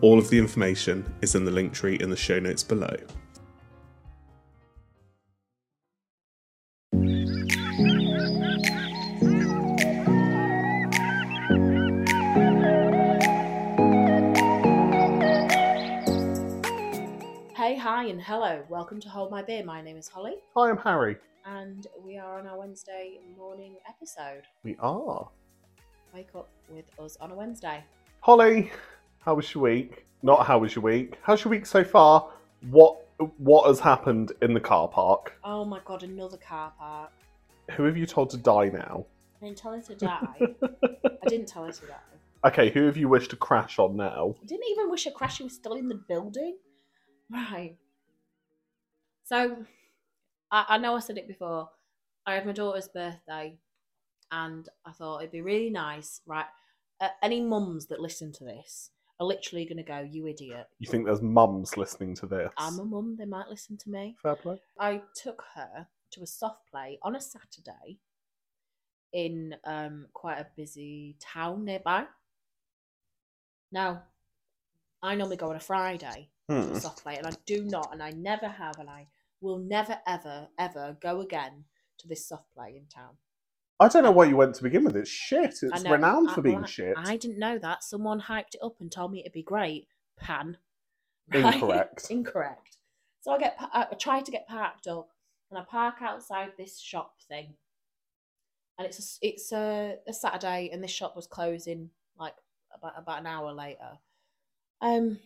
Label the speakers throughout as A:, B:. A: All of the information is in the link tree in the show notes below.
B: Hey, hi, and hello. Welcome to Hold My Beer. My name is Holly,
A: Hi, I'm Harry.
B: and we are on our Wednesday morning episode.
A: We are.
B: Wake up with us on a Wednesday.
A: Holly, how was your week? Not how was your week. How's your week so far? What what has happened in the car park?
B: Oh my god, another car park.
A: Who have you told to die now?
B: I didn't tell her to die. I didn't tell her to die.
A: Okay, who have you wished to crash on now?
B: I didn't even wish her crash. She was still in the building. Right. So, I, I know I said it before. I had my daughter's birthday, and I thought it'd be really nice. Right. Uh, any mums that listen to this are literally going to go, "You idiot."
A: You think there's mums listening to this?
B: I'm a mum, they might listen to me.
A: Fair play.
B: I took her to a soft play on a Saturday in um, quite a busy town nearby. Now, I normally go on a Friday to
A: Hmm.
B: a soft play, and I do not, and I never have, and I will never, ever, ever go again to this soft play in town.
A: I don't know why you went to begin with. It's shit.
B: I
A: It's
B: know-
A: renowned
B: I-
A: for being
B: well, I-
A: shit.
B: I didn't know that. Someone hyped it up and told me it'd be great. Pan.
A: Incorrect.
B: Incorrect. So I get pa- I I try to get parked up, and I park outside this shop thing, and it's a, s- it's a, a Saturday, and this shop was closing like about about an hour later. Um,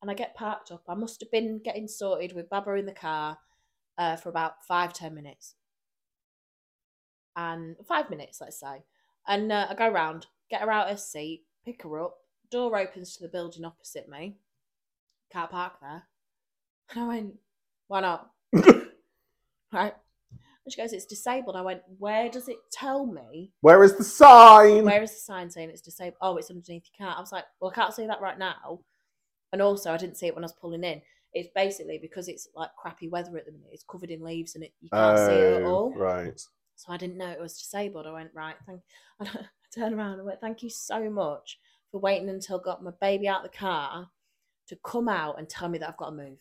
B: and I get parked up. I must have been getting sorted with Baba in the car uh, for about five ten minutes, and five minutes let's say. And uh, I go round, get her out of her seat, pick her up. Door opens to the building opposite me. Can't park there. And I went, why not? right. And she goes, it's disabled. I went, where does it tell me?
A: Where is the sign?
B: Where is the sign saying it's disabled? Oh, it's underneath your car. I was like, well, I can't see that right now. And also, I didn't see it when I was pulling in. It's basically because it's like crappy weather at the minute. It's covered in leaves and it, you can't see it at
A: Oh,
B: all.
A: Right.
B: So I didn't know it was disabled. I went, right, thank and I turned around and went, Thank you so much for waiting until I got my baby out of the car to come out and tell me that I've got to move.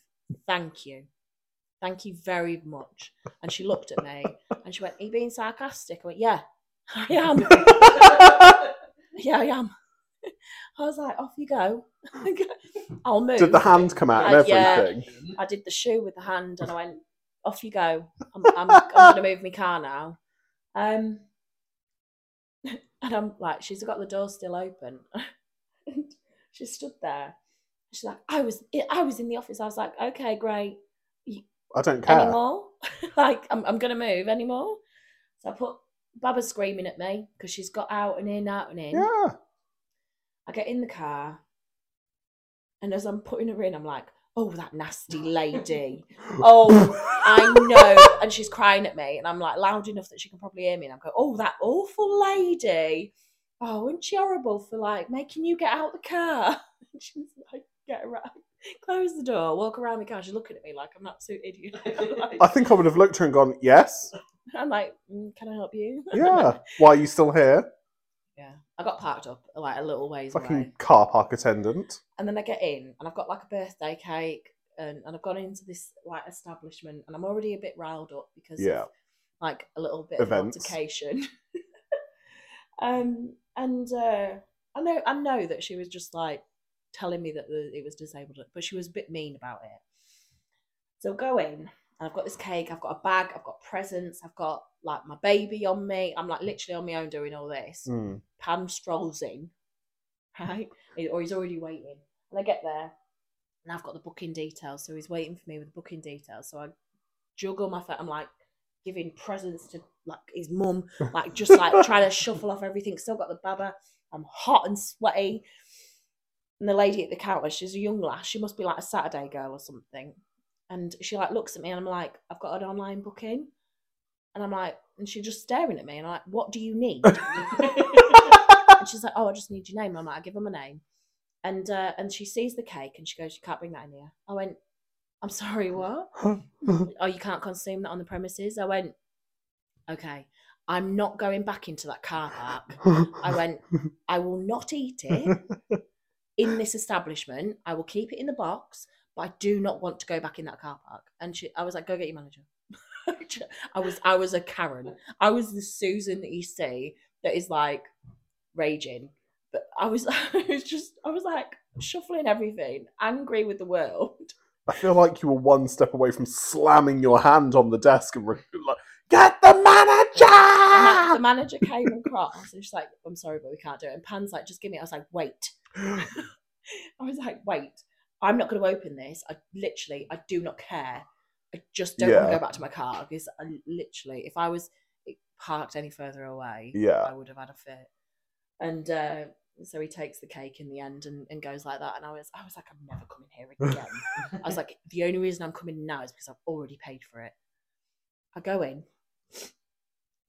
B: Thank you. Thank you very much. And she looked at me and she went, Are you being sarcastic? I went, Yeah, I am. Um. yeah, I am. I was like, off you go. I'll move.
A: Did the hand come out and
B: Uh, yeah.
A: everything?
B: I did the shoe with the hand and I went, off you go. I'm, I'm, I'm going to move my car now. Um, and I'm like, she's got the door still open. and she stood there. She's like, I was, I was in the office. I was like, okay, great.
A: I don't
B: Any
A: care.
B: Anymore? like, I'm, I'm going to move anymore. So I put Baba's screaming at me because she's got out and in, out and in.
A: Yeah.
B: I get in the car, and as I'm putting her in, I'm like, oh, that nasty lady. Oh, I know. And she's crying at me, and I'm like loud enough that she can probably hear me. And I'm going, oh, that awful lady. Oh, isn't she horrible for like making you get out the car? And she's like, get her out. Close the door, walk around the car. She's looking at me like I'm an absolute idiot. I'm
A: I
B: like,
A: think I would have looked at her and gone, yes.
B: I'm like, "Mm, can I help you?
A: Yeah. Why are you still here?
B: yeah. I got parked up like a little ways away.
A: Fucking car park attendant.
B: and then I get in and I've got like a birthday cake and, and I've gone into this like establishment and I'm already a bit riled up because
A: Yeah.
B: of, like a little bit of an
A: Events.
B: altercation. um and uh I know I know that she was just like telling me that the, it was disabled but she was a bit mean about it. So go in and I've got this cake, I've got a bag, I've got presents, I've got like my
A: Hmm.
B: baby on me. I'm like literally on my own doing all this.
A: Mm.
B: Pam strolls in. right? Or he's already waiting. And I get there and I've got the booking details. So he's waiting for me with the booking details. So I juggle my phone. I'm like giving presents to like his mum, like just like trying to shuffle off everything. Still got the baba. I'm hot and sweaty. And the lady at the counter, she's a young lass. She must be like a Saturday girl or something. And she like looks at me and I'm like, I've got an online booking. And I'm like, and she's just staring at me and I'm like, what do you need? and she's like, oh, I just need your name. And I'm like, I give her my name. And uh, and she sees the cake and she goes, you can't bring that in here. I went, I'm sorry, what? oh, you can't consume that on the premises. I went, okay, I'm not going back into that car park. I went, I will not eat it in this establishment. I will keep it in the box, but I do not want to go back in that car park. And she, I was like, go get your manager. I was, I was a Karen. I was the Susan that you see that is like raging. But I was, I was just, I was like shuffling everything, angry with the world.
A: I feel like you were one step away from slamming your hand on the desk and re- like, get the
B: And that- the
A: manager.
B: manager came across and she's like, I'm sorry, but we can't do it. And Pan's like, just give me. it." I was like, wait. I was like, wait, I'm not going to open this. I literally, I do not care. I just don't want
A: Yeah.
B: to go back to my car because I literally, if I was parked any further away,
A: yeah,
B: I would have had a fit. And uh, so he takes the cake in the end and, and goes like that. And I was, I was like, I'm never coming here again. I was like, the only reason I'm coming now is because I've already paid for it. I go in.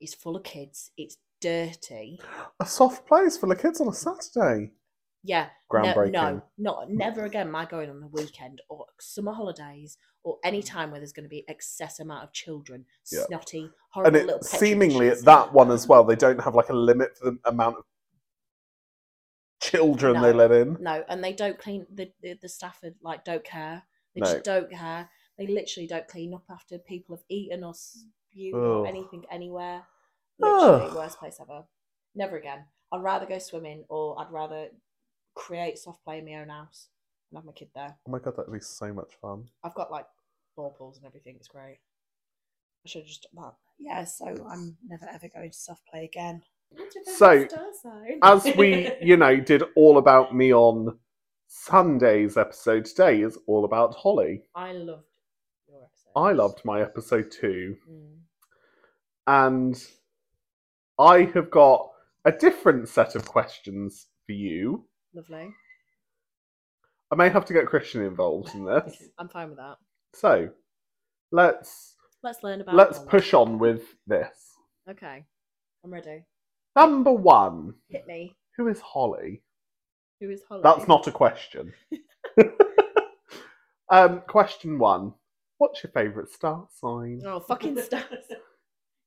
B: It's full of kids. It's dirty.
A: a soft place for the kids on a Saturday.
B: Yeah, No,
A: Groundbreaking.
B: no, not never again. My going on a weekend or summer holidays or any time where there's going to be excess amount of children,
A: Yeah.
B: snotty,
A: and
B: horrible little
A: it
B: petri
A: seemingly
B: dishes.
A: at that one as well, they don't have like a limit for the amount of children they
B: No.
A: let in.
B: No, and they don't clean. The the, the staff are like don't care. They
A: No.
B: just don't care. They literally don't clean up after people have eaten or spewed
A: Ugh.
B: or anything anywhere. Literally
A: Ugh.
B: worst place ever. Never again. I'd rather go swimming or I'd rather create soft play in my own house and have my kid there.
A: Oh my god, that'd be so much fun.
B: I've got like ball pools and everything. It's great. I should have just done that. Yeah, so I'm never ever going to soft play again.
A: So, As we, you know, did all about me on Sunday's episode today is all about Holly.
B: I loved your episode.
A: I loved my episode too.
B: Mm.
A: and I have got a different set of questions for you.
B: Lovely.
A: I may have to get Christian involved in this.
B: I'm fine with that.
A: So let's
B: Let's learn about.
A: let's
B: Holland.
A: push on with this.
B: Okay, I'm ready.
A: Number one,
B: Hit me.
A: who is Holly?
B: Who is Holly?
A: That's not a question. um, question one. What's your favourite star sign?
B: Oh fucking stars.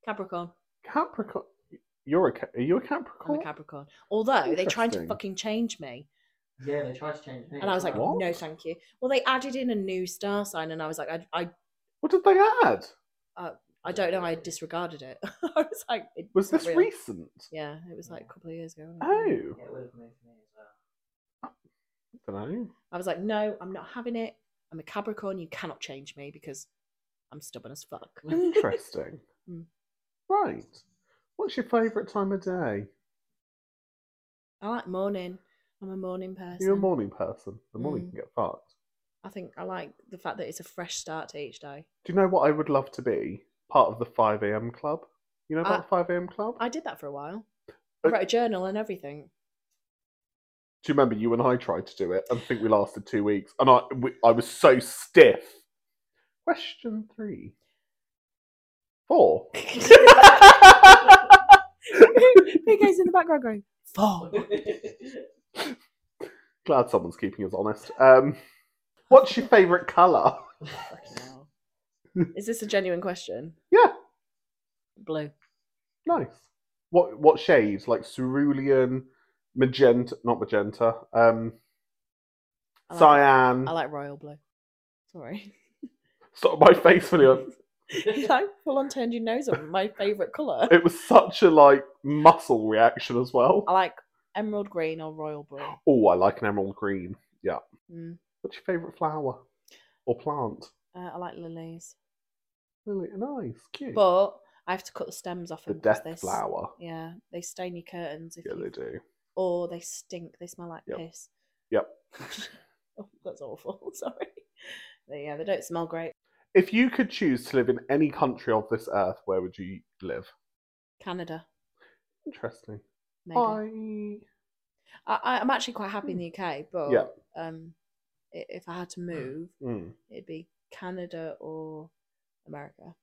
B: Capricorn.
A: Capricorn. You're a. Ca- Are you a
B: I'm
A: Capricorn?
B: a Capricorn. Although they tried to
A: Interesting.
B: fucking change me,
C: Yeah, they tried to change me.
B: and I was like,
A: What?
B: no, thank you. Well, they added in a new star sign, and I was like, I, I,
A: what did they add?
B: I don't know. I disregarded it. I was like, it
A: Was
B: not Mm-hmm.
A: this
B: real.
A: recent?
B: Yeah, it was like a couple of years ago. wasn't it?
A: Oh,
C: it would have moved me as well.
A: dunno.
B: I was like, no, I'm not having it. I'm a Capricorn. You cannot change me because I'm stubborn as fuck.
A: Interesting.
B: Mm.
A: right. What's your favourite time of day?
B: I like morning. I'm a morning person.
A: You're a morning person. The morning
B: Mm.
A: can get fucked.
B: I think I like the fact that it's a fresh start to each day.
A: Do you know what I would love to be? Part of the 5 a.m. club. You know about
B: I-
A: the 5 a.m. club?
B: I did that for a while. I
A: Uh,
B: wrote a journal and everything.
A: Do you remember you and I tried to do it? I think we lasted two weeks, and I we, I was so stiff. Question three, four.
B: Who goes in the background going, fuck.
A: Glad someone's keeping us honest. Um, what's your favourite colour?
B: Fucking hell. Is this a genuine question?
A: Yeah.
B: Blue.
A: Nice. What what shades? Like cerulean, magenta, not magenta. Um,
B: I like-
A: cyan.
B: I like royal blue. Sorry.
A: Sort of my face for the-
B: You like full on turned your nose up. My favourite colour.
A: It was such a like muscle reaction as well.
B: I like emerald green or royal blue. Uh,
A: Oh, I like an emerald green.
B: Mm.
A: What's your favourite flower or plant?
B: Uh, I like lilies,
A: Really nice, cute.
B: but I have to cut the stems off
A: the
B: them 'cause
A: death
B: they s-
A: flower.
B: Yeah, they stain your curtains if
A: Yeah,
B: you
A: they do.
B: or they stink. They smell like
A: Yep.
B: piss.
A: Yep.
B: oh, that's awful. Sorry. But yeah, they don't smell great.
A: If you could choose to live in any country of this earth, where would you live?
B: Canada,
A: Interesting.
B: maybe.
A: Bye.
B: I, I- I'm actually quite happy in the UK, but
A: Yeah.
B: um, i- if I had to move,
A: Mm.
B: it'd be Canada or America.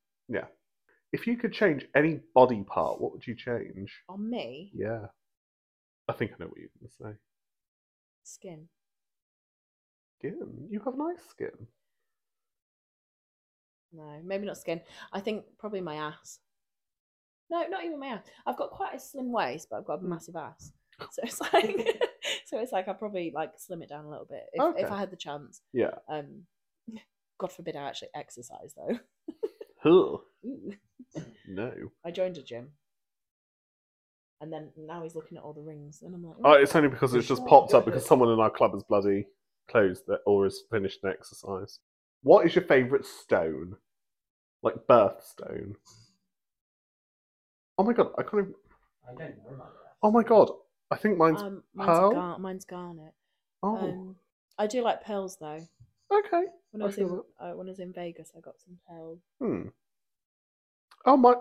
A: If you could change any body part, what would you change?
B: On me,
A: Yeah. I think I know what you're going to say.
B: skin.
A: Skin. You have nice skin.
B: No, maybe not skin. I think probably my ass. No, not even my ass. I've got quite a slim waist, but I've got a
A: Mm.
B: massive ass. So it's like, so it's like I probably like slim it down a little bit if,
A: Okay.
B: if I had the chance.
A: Yeah.
B: Um, God forbid I actually exercise though.
A: Huh.
B: Ooh.
A: No.
B: I joined a gym, and then now he's looking at all the rings, and I'm like, "Mm,
A: Oh, it's only because it's just popped up because someone in our club has bloody closed that or has finished an exercise. What is your favourite stone? Like birthstone. Oh my god, I can't even...
C: I don't know about that.
A: Oh my god, I think mine's...
B: um, mine's, a
A: pearl?
B: gar- mine's garnet.
A: oh,
B: Um, I do like pearls though.
A: okay. I
B: When I was
A: feel
B: in uh, when I was in Vegas, I got some pearls.
A: Hmm. Oh my...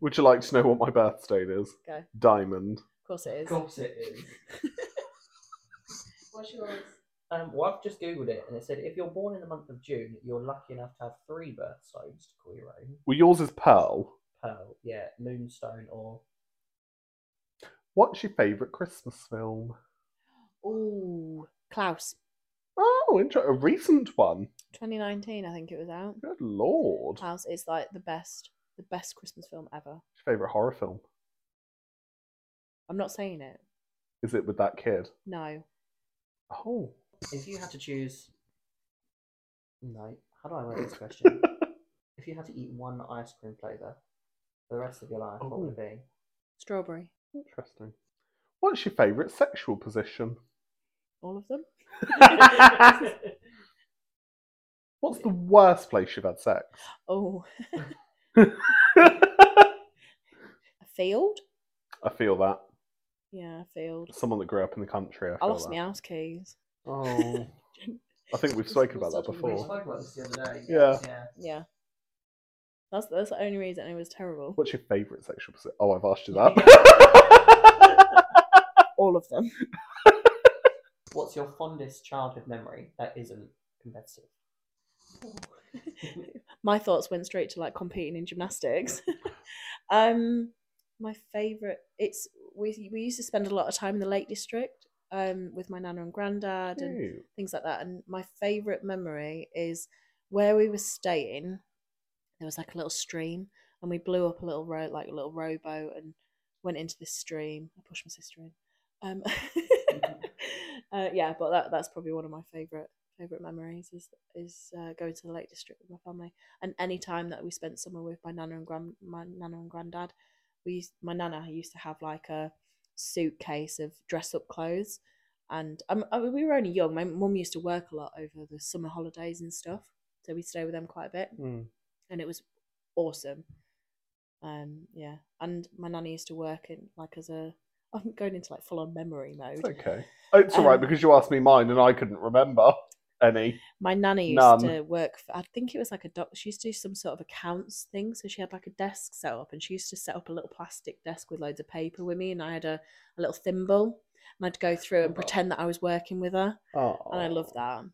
A: Would you like to know what my birthstone is?
B: Go.
A: Diamond.
B: Of course it
C: Of
B: is.
C: course it is.
B: What's yours?
C: Um, well, I've just googled it and it said if you're born in the month of June, you're lucky enough to have three birthstones to call your own.
A: Well, yours is pearl.
C: Pearl, yeah, moonstone, or
A: What's your favourite Christmas film?
B: Ooh, Klaus,
A: Oh, inter- a recent one.
B: 2019, I think it was out.
A: Good lord.
B: Klaus is like the best, the best Christmas film ever.
A: What's your favourite horror film?
B: I'm not saying it.
A: Is it with that kid?
B: No,
A: Oh.
C: if you had to choose. No, how do I word this question? if you had to eat one ice cream flavour for the rest of your life, what would it be?
B: strawberry,
A: Interesting. What's your favourite sexual position?
B: all of them.
A: What's the worst place you've had sex?
B: Oh,
A: I
B: a field.
A: feel that.
B: Yeah, a field.
A: Someone that grew up in the country. I,
B: I
A: feel
B: lost
A: that.
B: my house keys.
A: Oh. I think we've spoken about that
C: we
A: before.
C: spoke about this the other day.
A: Yeah.
C: Yeah.
B: Yeah, that's that's the only reason it was terrible.
A: What's your favourite sexual position? Oh, I've asked you that.
B: All of them.
C: What's your fondest childhood memory that isn't competitive?
B: my thoughts went straight to like competing in gymnastics. um, my favorite, it's we we used to spend a lot of time in the Lake District um, with my nana and granddad and
A: Cute.
B: things like that. And my favorite memory is where we were staying. There was like a little stream, and we blew up a little row like a little rowboat and went into this stream. I pushed my sister in. Um, uh, yeah, but that, that's probably one of my favorite favorite memories is is uh, going to the Lake District with my family, and any time that we spent summer with my nana and grand my nana and granddad, we used, my nana used to have like a suitcase of dress up clothes, and um, I mean, we were only young. My mum used to work a lot over the summer holidays and stuff, so we stay with them quite a bit
A: Mm.
B: and it was awesome. Um, yeah, and my nanny used to work in like as a. I'm going into like full on memory
A: It's
B: mode.
A: okay. Oh, it's all right
B: Um,
A: because you asked me mine and I couldn't remember any.
B: My nanny used
A: None.
B: to work. For, I think it was like a doc. She used to do some sort of accounts thing. So she had like a desk set up, and she used to set up a little plastic desk with loads of paper with me, and I had a, a little thimble, and I'd go through and
C: Oh.
B: pretend that I was working with her,
A: Oh.
B: and I love that.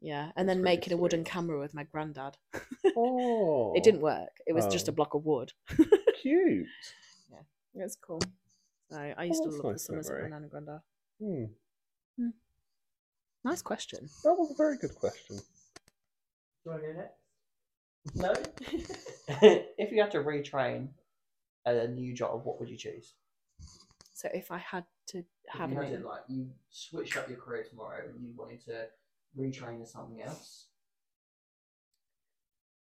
B: Yeah, and
A: That's
B: then
A: really
B: making a wooden
A: sweet.
B: camera with my granddad.
A: Oh.
B: It didn't work. It was just a
A: Oh.
B: block of wood.
A: Cute.
B: That's cool. So I used to
A: Oh, that's
B: love the
A: nice
B: summers at my
A: memory.
B: nan and granddad.
A: Hmm.
B: Nice question.
A: That was a very good question.
C: Do you want to go next? No. if you had to retrain a new job, what would you choose?
B: So if I had to have
C: if you
B: a
C: had
B: new-
C: to, like you switched up your career tomorrow and you wanted to retrain to something else.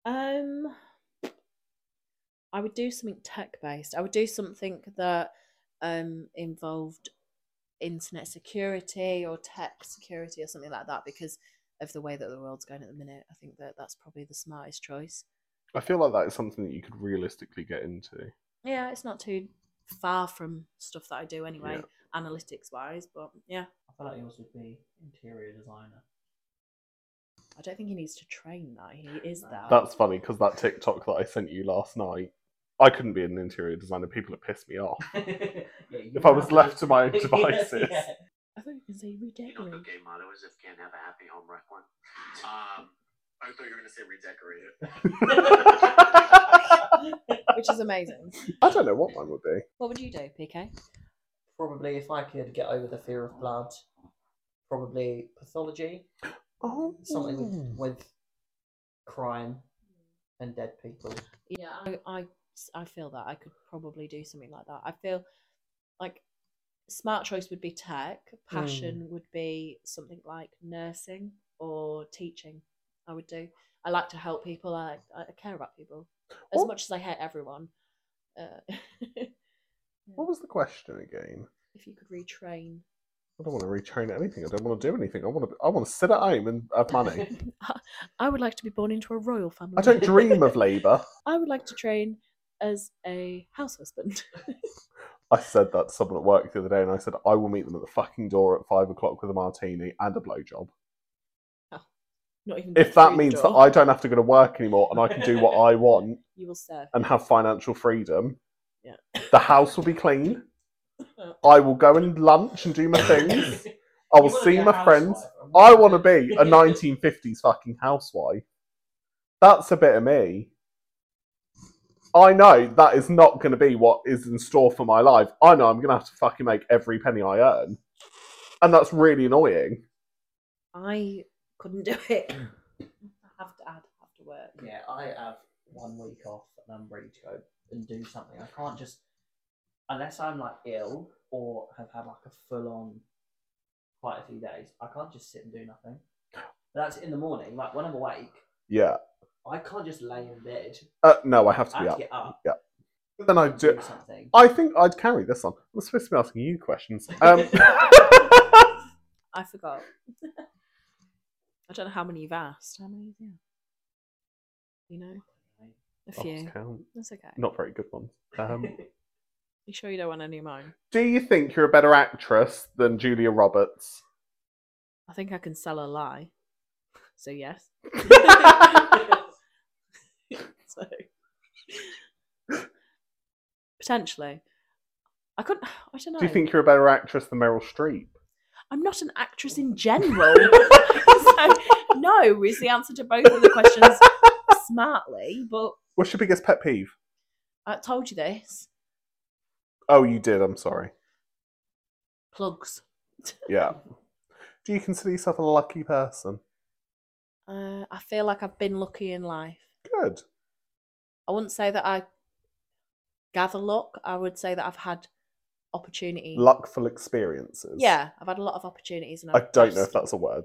B: um, I would do something tech based. I would do something that um involved internet security or tech security or something like that because of the way that the world's going at the minute. I think that that's probably the smartest choice.
A: I feel like that is something that you could realistically get into.
B: Yeah, it's not too far from stuff that I do anyway,
D: Yeah.
B: analytics wise. But yeah,
C: I feel like yours would be interior designer.
B: I don't think he needs to train that. He is
C: Uh.
B: that.
A: That's funny because that TikTok that I sent you last night, I couldn't be an interior designer. People have pissed me off.
C: Yeah, you
A: If I was
C: have
A: left
C: it.
A: to my own
C: Yeah,
A: devices.
C: yeah.
B: I thought you can say
E: You know what
B: redecorate.
E: the game motto is if you can't have a happy home, wreck one. Um, I thought you were going to say redecorate it.
B: which is amazing.
A: I don't know what mine would be.
B: What would you do, PK?
C: Probably if I could get over the fear of blood, probably pathology,
A: Oh,
C: something with, with crime and dead people.
B: Yeah, I, I, I feel that I could probably do something like that. I feel like smart choice would be tech, passion would be something like nursing or teaching. I would do. I like to help people. I, I care about people as
A: Oh.
B: much as I hate everyone. Uh,
A: What was the question again?
B: if you could retrain,
A: I don't want to retrain anything. I don't want to do anything. I want to. I want to sit at home and have money.
B: I would like to be born into a royal family.
A: I don't dream of labour.
B: I would like to train as a house husband.
A: I said that to someone at work the other day, and I said I will meet them at the fucking door at five o'clock with a martini and a blowjob.
B: Not even
A: If that means that I don't have to go to work anymore and I can do what I want
B: you will serve.
A: and have financial freedom,
B: Yeah.
A: the house will be clean. I will go and lunch and do my things. I will see my friends. I want to be a 1950s fucking housewife. That's a bit of me. I know that is not going to be what is in store for my life. I know I'm going to have to fucking make every penny I earn. And that's really annoying.
B: I couldn't do it. I have to add, have to work.
C: Yeah, I have one week off and I'm ready to go and do something. I can't just unless I'm like ill or have had like a full on quite a few days. I can't just sit and do nothing. That's in the morning. Like when I'm awake,
A: Yeah.
C: I can't just lay in bed.
A: Uh, no, I have to
C: I
A: be
C: have to
A: up.
C: get up.
A: yeah. Then I
C: and
A: do-
C: something.
A: I think I'd carry this on. I'm supposed to be asking you questions. Um,
B: I forgot. I don't know how many you've asked. How many? Yeah. You know, a
A: I
B: few.
A: lost count.
B: That's okay.
A: Not very good ones. Um,
B: You sure you don't want any of mine?
A: do you think you're a better actress than Julia Roberts?
B: I think I can sell a lie. So yes. so potentially, I couldn't. I don't know.
A: Do you think you're a better actress than Meryl Streep?
B: I'm not an actress in general. so, no is the answer to both of the questions smartly, but
A: What's your biggest pet peeve?
B: I told you this.
A: Oh, you did. I'm sorry.
B: Plugs.
A: Yeah. Do you consider yourself a lucky person?
B: Uh, I feel like I've been lucky in life.
A: Good.
B: I wouldn't say that I gather luck. I would say that I've had opportunity.
A: Luckful experiences.
B: Yeah, I've had a lot of opportunities, and
A: I
B: I've
A: don't know if
B: just-
A: that's a word.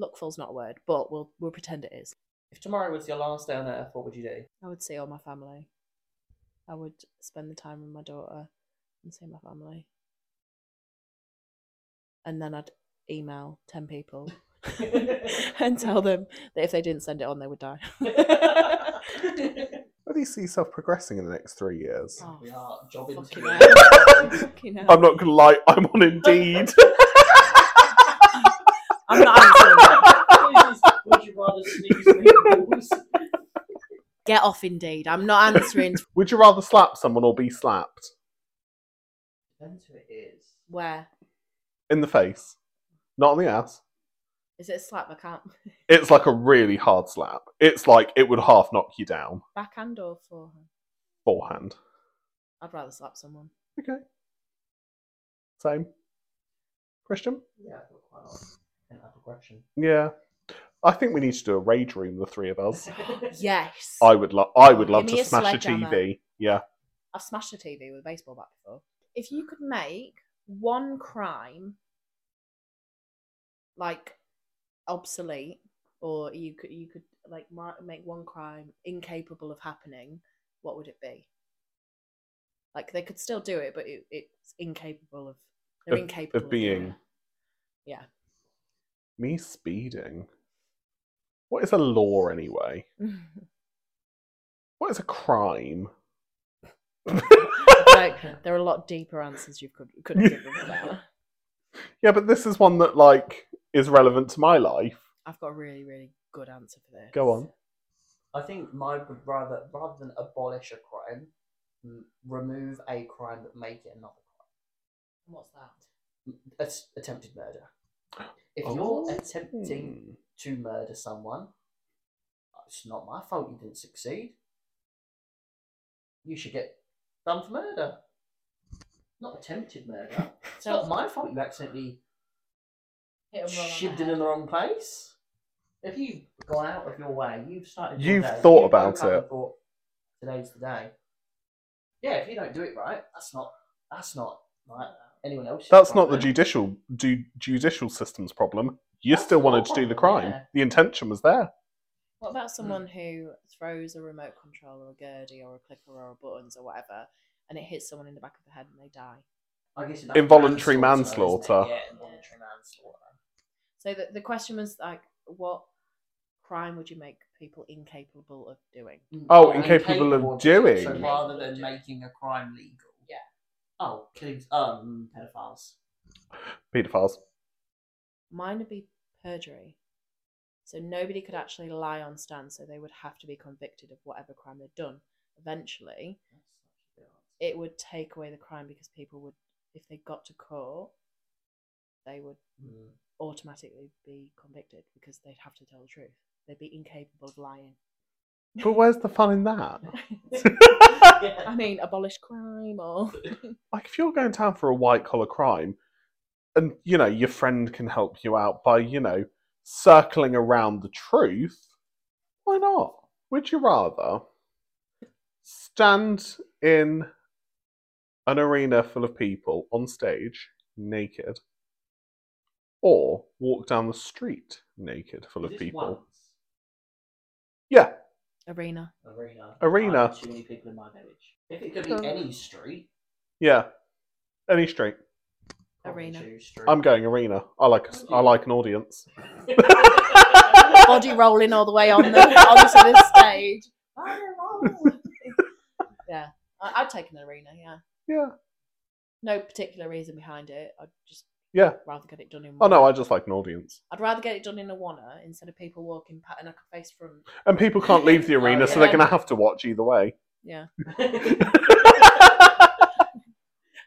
B: luckful's not a word, but we'll we'll pretend it is.
C: if tomorrow was your last day on earth, what would you do?
B: I would see all my family. I would spend the time with my daughter and see my family. And then I'd email 10 people and tell them that if they didn't send it on, they would die.
A: Where do you see yourself progressing in the next three years?
B: Oh,
C: we are job
B: fucking
C: interview.
B: hell. Fucking hell.
A: I'm not gonna lie. I'm on Indeed.
B: I'm not answering that.
C: would you rather sneeze through walls?
B: Get off, indeed. I'm not answering
A: Would you rather slap someone or be slapped
C: Depends who it is.
B: where.
A: in the face, not on the ass?
B: Is it a slap? I can't.
A: It's like a really hard slap. It's like it would half knock you down.
B: Backhand or forehand?
A: Forehand.
B: I'd rather slap someone.
A: Okay. Same. Christian.
C: Yeah, I've got quite a lot of uh, aggression.
A: Yeah. I think we need to do a rage room, the three of us.
B: Oh. Yes.
A: I would love I would love
B: Give
A: to
B: me a
A: smash a
B: sledgehammer.
A: TV. Yeah.
B: I've smashed a TV with a baseball bat before. If you could make one crime like obsolete, or you could you could like mar- make one crime incapable of happening, what would it be? Like they could still do it, but it, it's incapable of they're
A: Of- of
B: incapable doing
A: being.
B: it. Yeah.
A: Me speeding. What is a law anyway? What is a crime?
B: like there are a lot deeper answers you could could have given for that.
A: Yeah, but this is one that like is relevant to my life.
B: I've got a really really good answer for this.
A: Go on.
C: I think my would rather rather than abolish a crime, m- remove a crime but make it another
B: What's that?
C: crime. Att- attempted murder. If you're attempting
A: Hmm.
C: to murder someone, it's not my fault you didn't succeed. You should get done for murder. Not attempted murder. It's not my fault you accidentally shivved in the wrong place. If you've gone out of your way, you've started. your
A: You've
C: day,
A: thought
C: you
A: about
C: woke up
A: it.
C: and thought, Today's the day. Yeah, if you don't do it right, that's not. That's not like anyone else.
A: That's not the judicial du- judicial system's problem. You
C: That's
A: still wanted
C: your
A: to do the
C: problem,
A: crime.
C: yeah.
A: The intention was there.
B: What about someone who throws a remote control or a Gertie or a clicker or a buttons or whatever, and it hits someone in the back of the head and they die?
C: I guess it's
A: Involuntary
C: isn't it?
A: manslaughter.
C: Yeah, involuntary manslaughter.
B: So the, the question was like, what crime would you make people incapable of doing?
A: Oh,
C: Or
A: incapable of
C: incapable doing it. So
B: doing.
C: rather than making a crime legal.
B: Yeah.
C: Oh, killing um pedophiles.
A: Pedophiles.
B: Mine would be perjury. So nobody could actually lie on stand, so they would have to be convicted of whatever crime they'd done. Eventually, it would take away the crime because people would, if they got to court, they would
C: Mm.
B: automatically be convicted because they'd have to tell the truth. They'd be incapable of lying.
A: But where's the fun in that?
C: Mm.
B: I mean, abolish crime or
A: like if you're going down for a white collar crime and you know your friend can help you out by you know circling around the truth why not would you rather stand in an arena full of people on stage naked or walk down the street naked full of
C: Just
A: people
C: once.
A: yeah
B: arena.
C: Arena.
A: Arena.
C: I know too many people in my village. If it could be
A: Um,
C: any street.
A: yeah any street
B: Arena.
C: Coventry Street.
A: i'm going arena i like i like an audience
B: Body rolling all the way on the onto the stage. yeah, I, I'd take an arena. Yeah,
A: yeah
B: no particular reason behind it. I'd just
A: Yeah.
B: rather get it done in.
A: oh no
B: one.
A: i just like an audience
B: I'd rather get it done in a wanna instead of people walking pat and I can face front.
A: And people can't leave the
C: Oh,
A: arena, so
B: yeah.
A: they're going to have to watch either way.
B: Yeah.
C: Arena.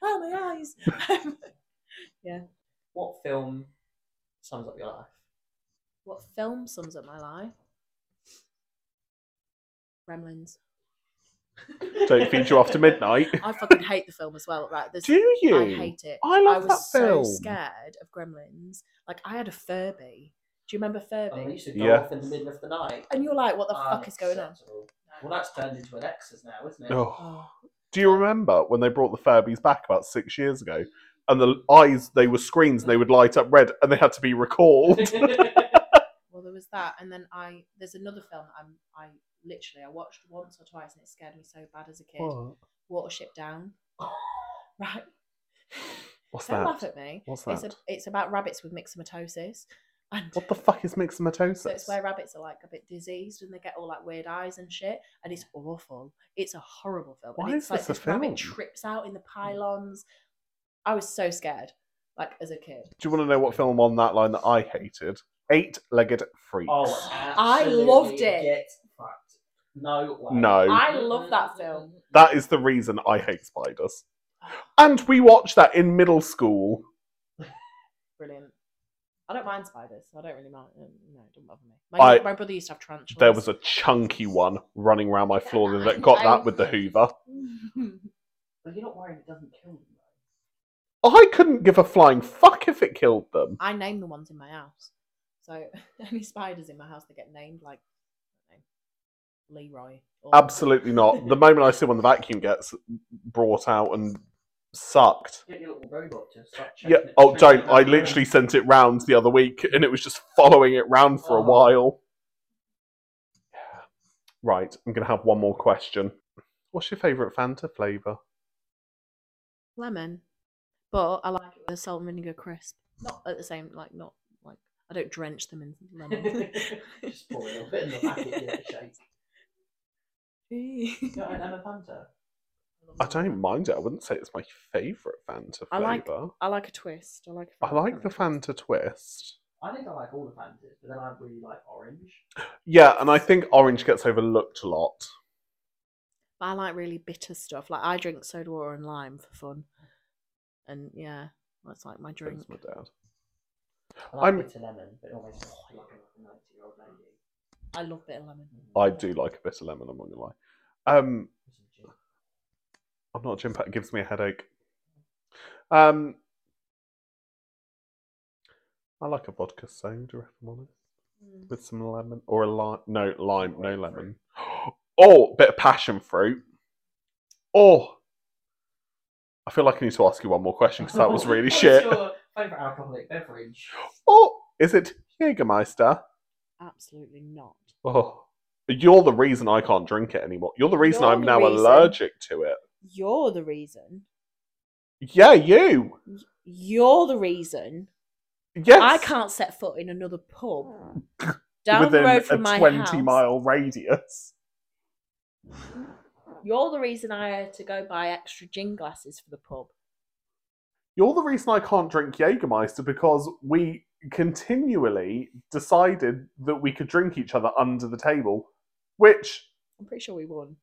B: Oh my eyes.
C: what film sums up your life?
B: what film sums up my life? Gremlins.
A: Don't feed you after midnight.
B: I fucking hate the film as well. Right, there's.
A: Do you?
B: I hate it.
A: I
B: I
A: love
B: was
A: that
B: so
A: film.
B: scared of gremlins. Like I had a Furby. Do you remember
C: Oh,
B: Furby?
C: they used to go
A: Yeah.
C: off in the middle of the night.
B: And you're like, what the fuck is going on?
C: Unacceptable. Well, that's turned into Alexa's now, isn't it?
A: Oh.
B: Oh,
A: Do you remember when they brought the Furbies back about six years ago? And the eyes, they were screens, and they would light up red, and they had to be recalled.
B: well, there was that, and then I there's another film that I'm I literally I watched once or twice and it scared me so bad as a kid. Watership Down. Right,
A: What's
B: don't laugh
A: that?
B: at me.
A: What's
B: It's
A: that?
B: a, it's about rabbits with mixomatosis, and
A: What the fuck is
B: so it's
A: myxomatosis?
B: where rabbits are like a bit diseased and they get all like weird eyes and shit, and it's awful. It's a horrible film.
A: Why
B: and it's
A: is
B: like
A: this a
B: rabbit
A: film? Mm.
B: trips out in the pylons. I was so scared, like as a kid.
A: Do you want to know what film on that line that I hated? Eight Legged Freaks.
C: Oh,
B: I loved
C: absolutely
B: it.
C: Get fucked. No way.
A: No.
B: I love that film.
A: That is the reason I hate spiders.
B: Oh.
A: And we watched that in middle school.
B: Brilliant. I don't mind spiders. so I don't really mind. um, No, it doesn't bother me. My,
A: I-
B: my brother used to have tarantulas.
A: there was a chunky one running around my floor the other day. Got that with the Hoover.
C: But you're not worried it doesn't kill them.
A: I couldn't give a flying fuck if it killed them.
B: I name the ones in my house. So any spiders in my house, they get named like I don't know, Leroy. Or,
A: Absolutely not. The moment I see one, the vacuum gets brought out and sucked.
C: Get your little robot to start
A: Yeah.
C: checking it-
A: Oh,
C: checking
A: don't.
C: it
A: I
C: out.
A: literally sent it round the other week, and it was just following it round for a
C: Oh.
A: while. Right. I'm gonna have one more question. What's your favourite Fanta flavour?
B: lemon, but I like it with a salt and vinegar crisp. Not at the same, like not like I don't drench them in lemon.
C: Just pour a little bit in the packet, give it a shake.
B: Gee.
C: You got an Emma Panther?
A: I don't mind it. I wouldn't say it's my favourite Fanta flavour.
B: I
A: I
B: like-
A: like,
B: I like a twist. I like. a
A: the Fanta twist.
C: I think I like all the Fantas, but then I really like orange.
A: Yeah, and I think orange gets overlooked a lot.
B: But I like really bitter stuff. Like I drink soda water and lime for fun, and yeah, that's like my drink.
A: Thanks, my dad.
C: I like
A: I'm-
C: bitter lemon, but it almost tastes like a ninety-year-old lady.
B: I love bitter lemon.
A: I do like a bit of lemon, I'm not gonna lie. Um,
C: It's a gin.
A: I'm not a gym pack, it gives me a headache. Um, I like a vodka soda, if I'm honest,
B: Mm.
A: with some lemon or a lime. No, lime, no
C: Grapefruit.
A: lemon. Oh, bit of passion fruit. Oh, I feel like I need to ask you one more question because that was really
C: What's
A: shit.
C: your favourite alcoholic beverage?
A: Oh, is it Jägermeister?
B: Absolutely not.
A: Oh, you're the reason I can't drink it anymore. You're the reason
B: You're
A: I'm
B: the
A: now
B: reason.
A: allergic to it.
B: You're the reason.
A: Yeah, you.
B: You're the reason.
A: Yes.
B: I can't set foot in another pub down
A: within
B: the road from
A: a
B: my
A: 20
B: house.
A: mile radius.
B: You're the reason I had to go buy extra gin glasses for the pub.
A: You're the reason I can't drink Jägermeister because we continually decided that we could drink each other under the table, which
B: I'm pretty sure we won.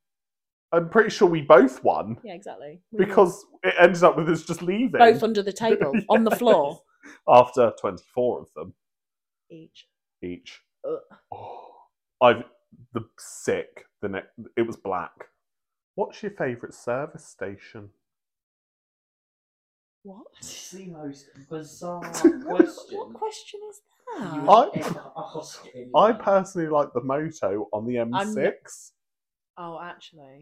A: I'm pretty sure we both won
B: Yeah, exactly. We won.
A: because it ended up with us just leaving
B: both under the table on the floor
A: after 24 of them
B: each.
A: each.
B: Ugh.
A: Oh, I've the sick. The next it was black. What's your favourite service station?
B: What?
C: It's the most bizarre
B: What,
C: question.
B: what question is that?
C: you
A: I-
C: would ever ask anyone.
A: I personally like the Moto on the M6.
B: Oh, actually.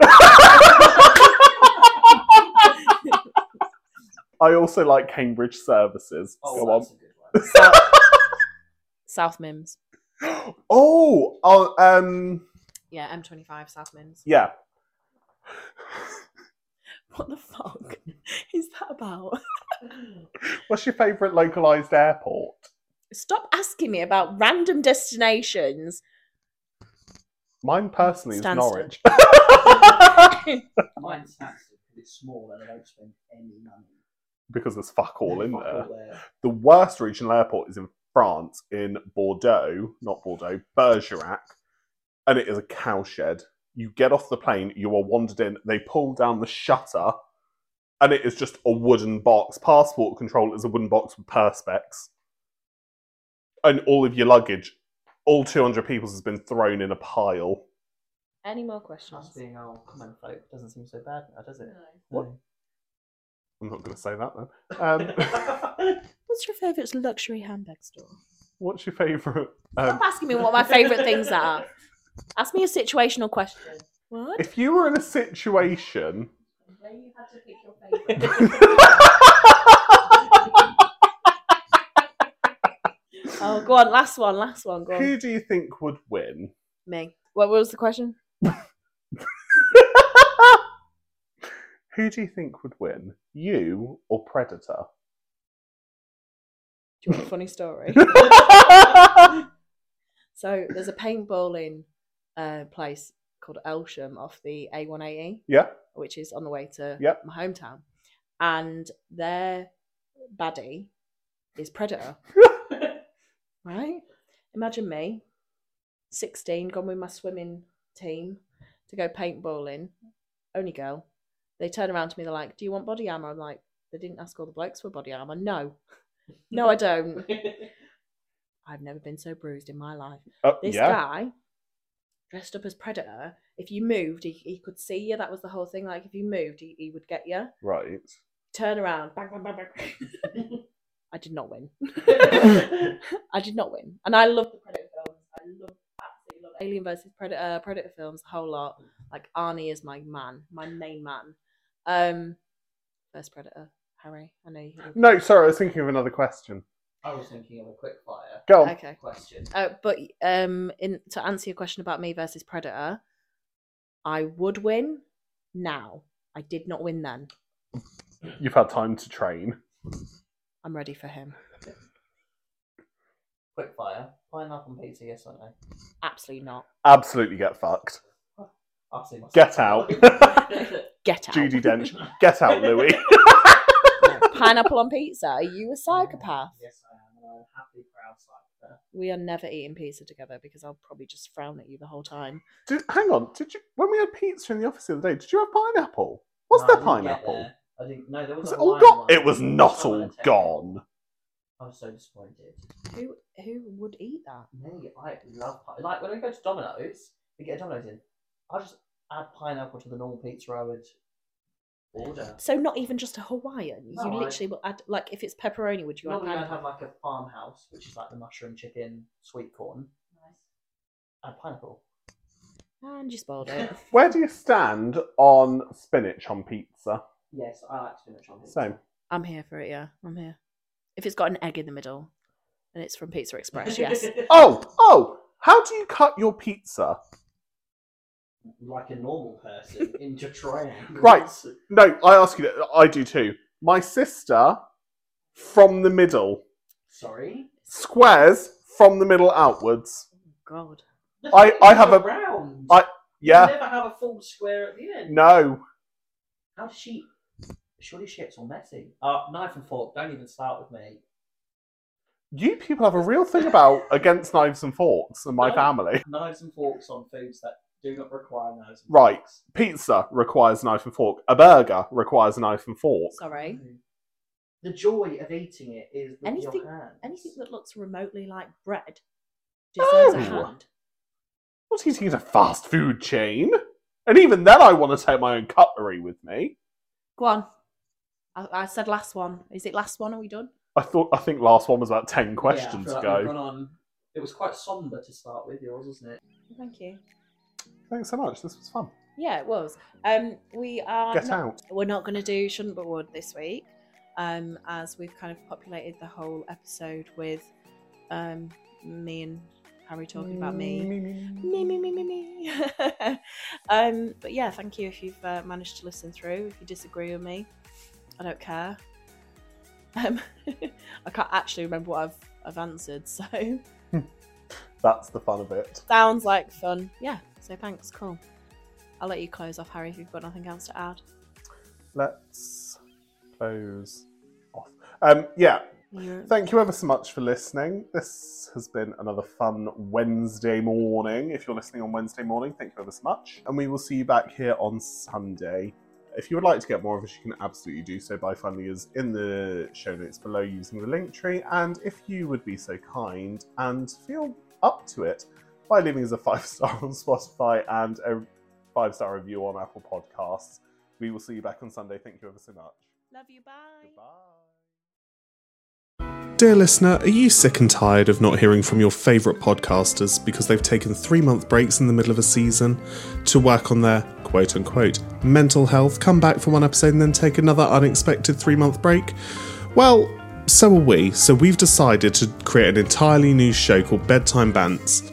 A: I also like Cambridge services.
C: Oh,
A: Go on.
C: that's a good one.
B: South Mims.
A: Oh, oh, um,
B: Yeah, M25 South Mims.
A: yeah.
B: What the fuck is that about?
A: What's your favourite localised airport?
B: Stop asking me about random destinations.
A: Mine personally is
B: Stansted.
A: Norwich.
C: Mine's expensive because it's small and I don't spend any money.
A: because there's fuck all in
C: Fuck
A: there.
C: all there.
A: The worst regional airport is in France, in Bordeaux, not Bordeaux, Bergerac, and it is a cowshed. You get off the plane, you are wandered in, they pull down the shutter, and it is just a wooden box. Passport control is a wooden box with perspex. And all of your luggage, all 200 people's, has been thrown in a pile.
B: Any more
C: Us
B: questions?
C: being our common folk doesn't seem so bad now, does it?
A: What?
C: No.
A: I'm not going to say that then. Um,
B: What's your favourite luxury handbag store?
A: what's your favourite?
B: Stop
A: Um,
B: asking me what my favourite things are. Ask me a situational question. What?
A: if you were in a situation
B: Where you had to pick your Oh, go on, last one, last one, go on.
A: Who do you think would win?
B: Me. What what was the question?
A: Who do you think would win? You or Predator?
B: Do you want a funny story? So there's a paintballing uh, place called Elsham off the A180,
A: yeah.
B: E, which is on the way to
A: Yep.
B: my hometown, and their baddie is Predator. right? Imagine me, 16, gone with my swimming team to go paintballing, only girl. They turn around to me, they're like, Do you want body armor? I'm like, They didn't ask all the blokes for body armor. No, no, I don't. I've never been so bruised in my life.
A: Oh,
B: This
A: yeah.
B: guy, dressed up as Predator, if you moved, he, he could see you. That was the whole thing. Like, if you moved, he, he would get you.
A: Right.
B: Turn around, bang, bang, bang, bang. I did not win. I did not win. And I love the Predator films. I love absolutely love Alien versus Predator, Predator films, the whole lot. Like Arnie is my man, my main man. Um first Predator, Harry. I know you
A: No, sorry, I was thinking of another question.
C: I was thinking of a quick fire
A: Go on.
B: Okay.
C: question.
B: Uh, but um in to answer your question about me versus Predator, I would win now. I did not win then.
A: You've had time to train.
B: I'm ready for him.
C: Quick fire. Pineapple pizza, yes or no?
B: Absolutely not.
A: Absolutely get fucked.
C: I've seen myself.
A: Get out.
B: Get out.
A: Judy Dench, get out, Louis.
B: Pineapple on pizza. Are you a psychopath?
C: Yes, I am, and I'm a happily proud psychopath.
B: We are never eating pizza together because I'll probably just frown at you the whole time.
A: Did, hang on, did you when we had pizza in the office the other day? Did you have pineapple? Was
C: No,
A: there
C: I didn't get
A: pineapple?
C: there. I didn't. No, there was.
A: Was
C: a
A: it all
C: Hawaiian
A: gone?
C: one.
A: It was not
C: Someone
A: all
C: had taken it.
A: gone.
C: I was so disappointed.
B: Who who would eat that?
C: Me, I love pineapple. Like when we go to Domino's, we get a Domino's in. I just add pineapple to the normal pizza I would order.
B: So not even just a Hawaiian.
C: No,
B: you
C: I-
B: literally will add like if it's pepperoni, would you add
C: Normally I'd
B: pineapple?
C: have like a farmhouse, which is like the mushroom, chicken, sweet corn, and pineapple.
B: And you spoiled it.
A: Where do you stand on spinach on pizza?
C: Yes, I like spinach on pizza.
A: Same.
B: I'm here for it. Yeah, I'm here. If it's got an egg in the middle, and it's from Pizza Express, yes.
A: Oh, oh, how do you cut your pizza?
C: like a normal person into triangles.
A: Right. No, I ask you that. I do too. My sister, from the middle,
C: Sorry.
A: squares from the middle outwards.
B: God.
C: The
A: I-
C: thing
A: I
C: is
A: have a-
C: round.
A: I-
C: You
A: Yeah,
C: never have a full square at the end.
A: no.
C: How does she? Surely she gets all messy. Uh, knife and fork. Don't even start with me.
A: You people have a real thing about against knives and forks and my
C: No.
A: family.
C: Knives and forks on foods that do not require knives. And
A: Right.
C: Forks.
A: Pizza requires knife and fork. A burger requires a knife and fork.
B: Sorry.
C: Mm. The joy of eating it is with
B: Anything-
C: your hands.
B: Anything that looks remotely like bread deserves a
A: Oh.
B: hand.
A: Not eating at a fast food chain. And even then, I want to take my own cutlery with me.
B: Go on. I, I said last one. Is it last one? Are we done?
A: I thought. I think last one was about ten
C: Yeah,
A: questions
C: I feel like we've
A: ago.
C: gone on. It was quite somber to start with yours, wasn't it?
B: Thank you.
A: Thanks so much. This was fun.
B: Yeah, it was. Um, we
C: Uh,
B: are
A: Get
B: not-
A: out.
B: we're not going to do shouldn't but would this week, um, as we've kind of populated the whole episode with um, me and Harry talking about me.
C: Mm,
B: me me me me me um but yeah thank you if you've uh, managed to listen through if you disagree with me i don't care um i can't actually remember what i've i've answered so
A: That's the fun of it.
B: sounds like fun yeah so thanks cool i'll let you close off harry if you've got nothing else to add
A: Let's close off. Um, yeah.
B: You're-
A: Thank you ever so much for listening. This has been another fun Wednesday morning. If you're listening on Wednesday morning, thank you ever so much. And we will see you back here on Sunday. If you would like to get more of us, you can absolutely do so by finding us in the show notes below using the link tree. And if you would be so kind and feel up to it by leaving us a five star on Spotify and a five star review on Apple Podcasts, we will see you back on Sunday. Thank you ever so much.
B: love you bye
A: Goodbye.
D: Dear listener, are you sick and tired of not hearing from your favourite podcasters because they've taken three month breaks in the middle of a season to work on their quote unquote mental health, come back for one episode and then take another unexpected three month break? Well, so are we, so we've decided to create an entirely new show called Bedtime Bants.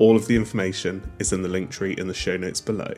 D: All of the information is in the link tree in the show notes below.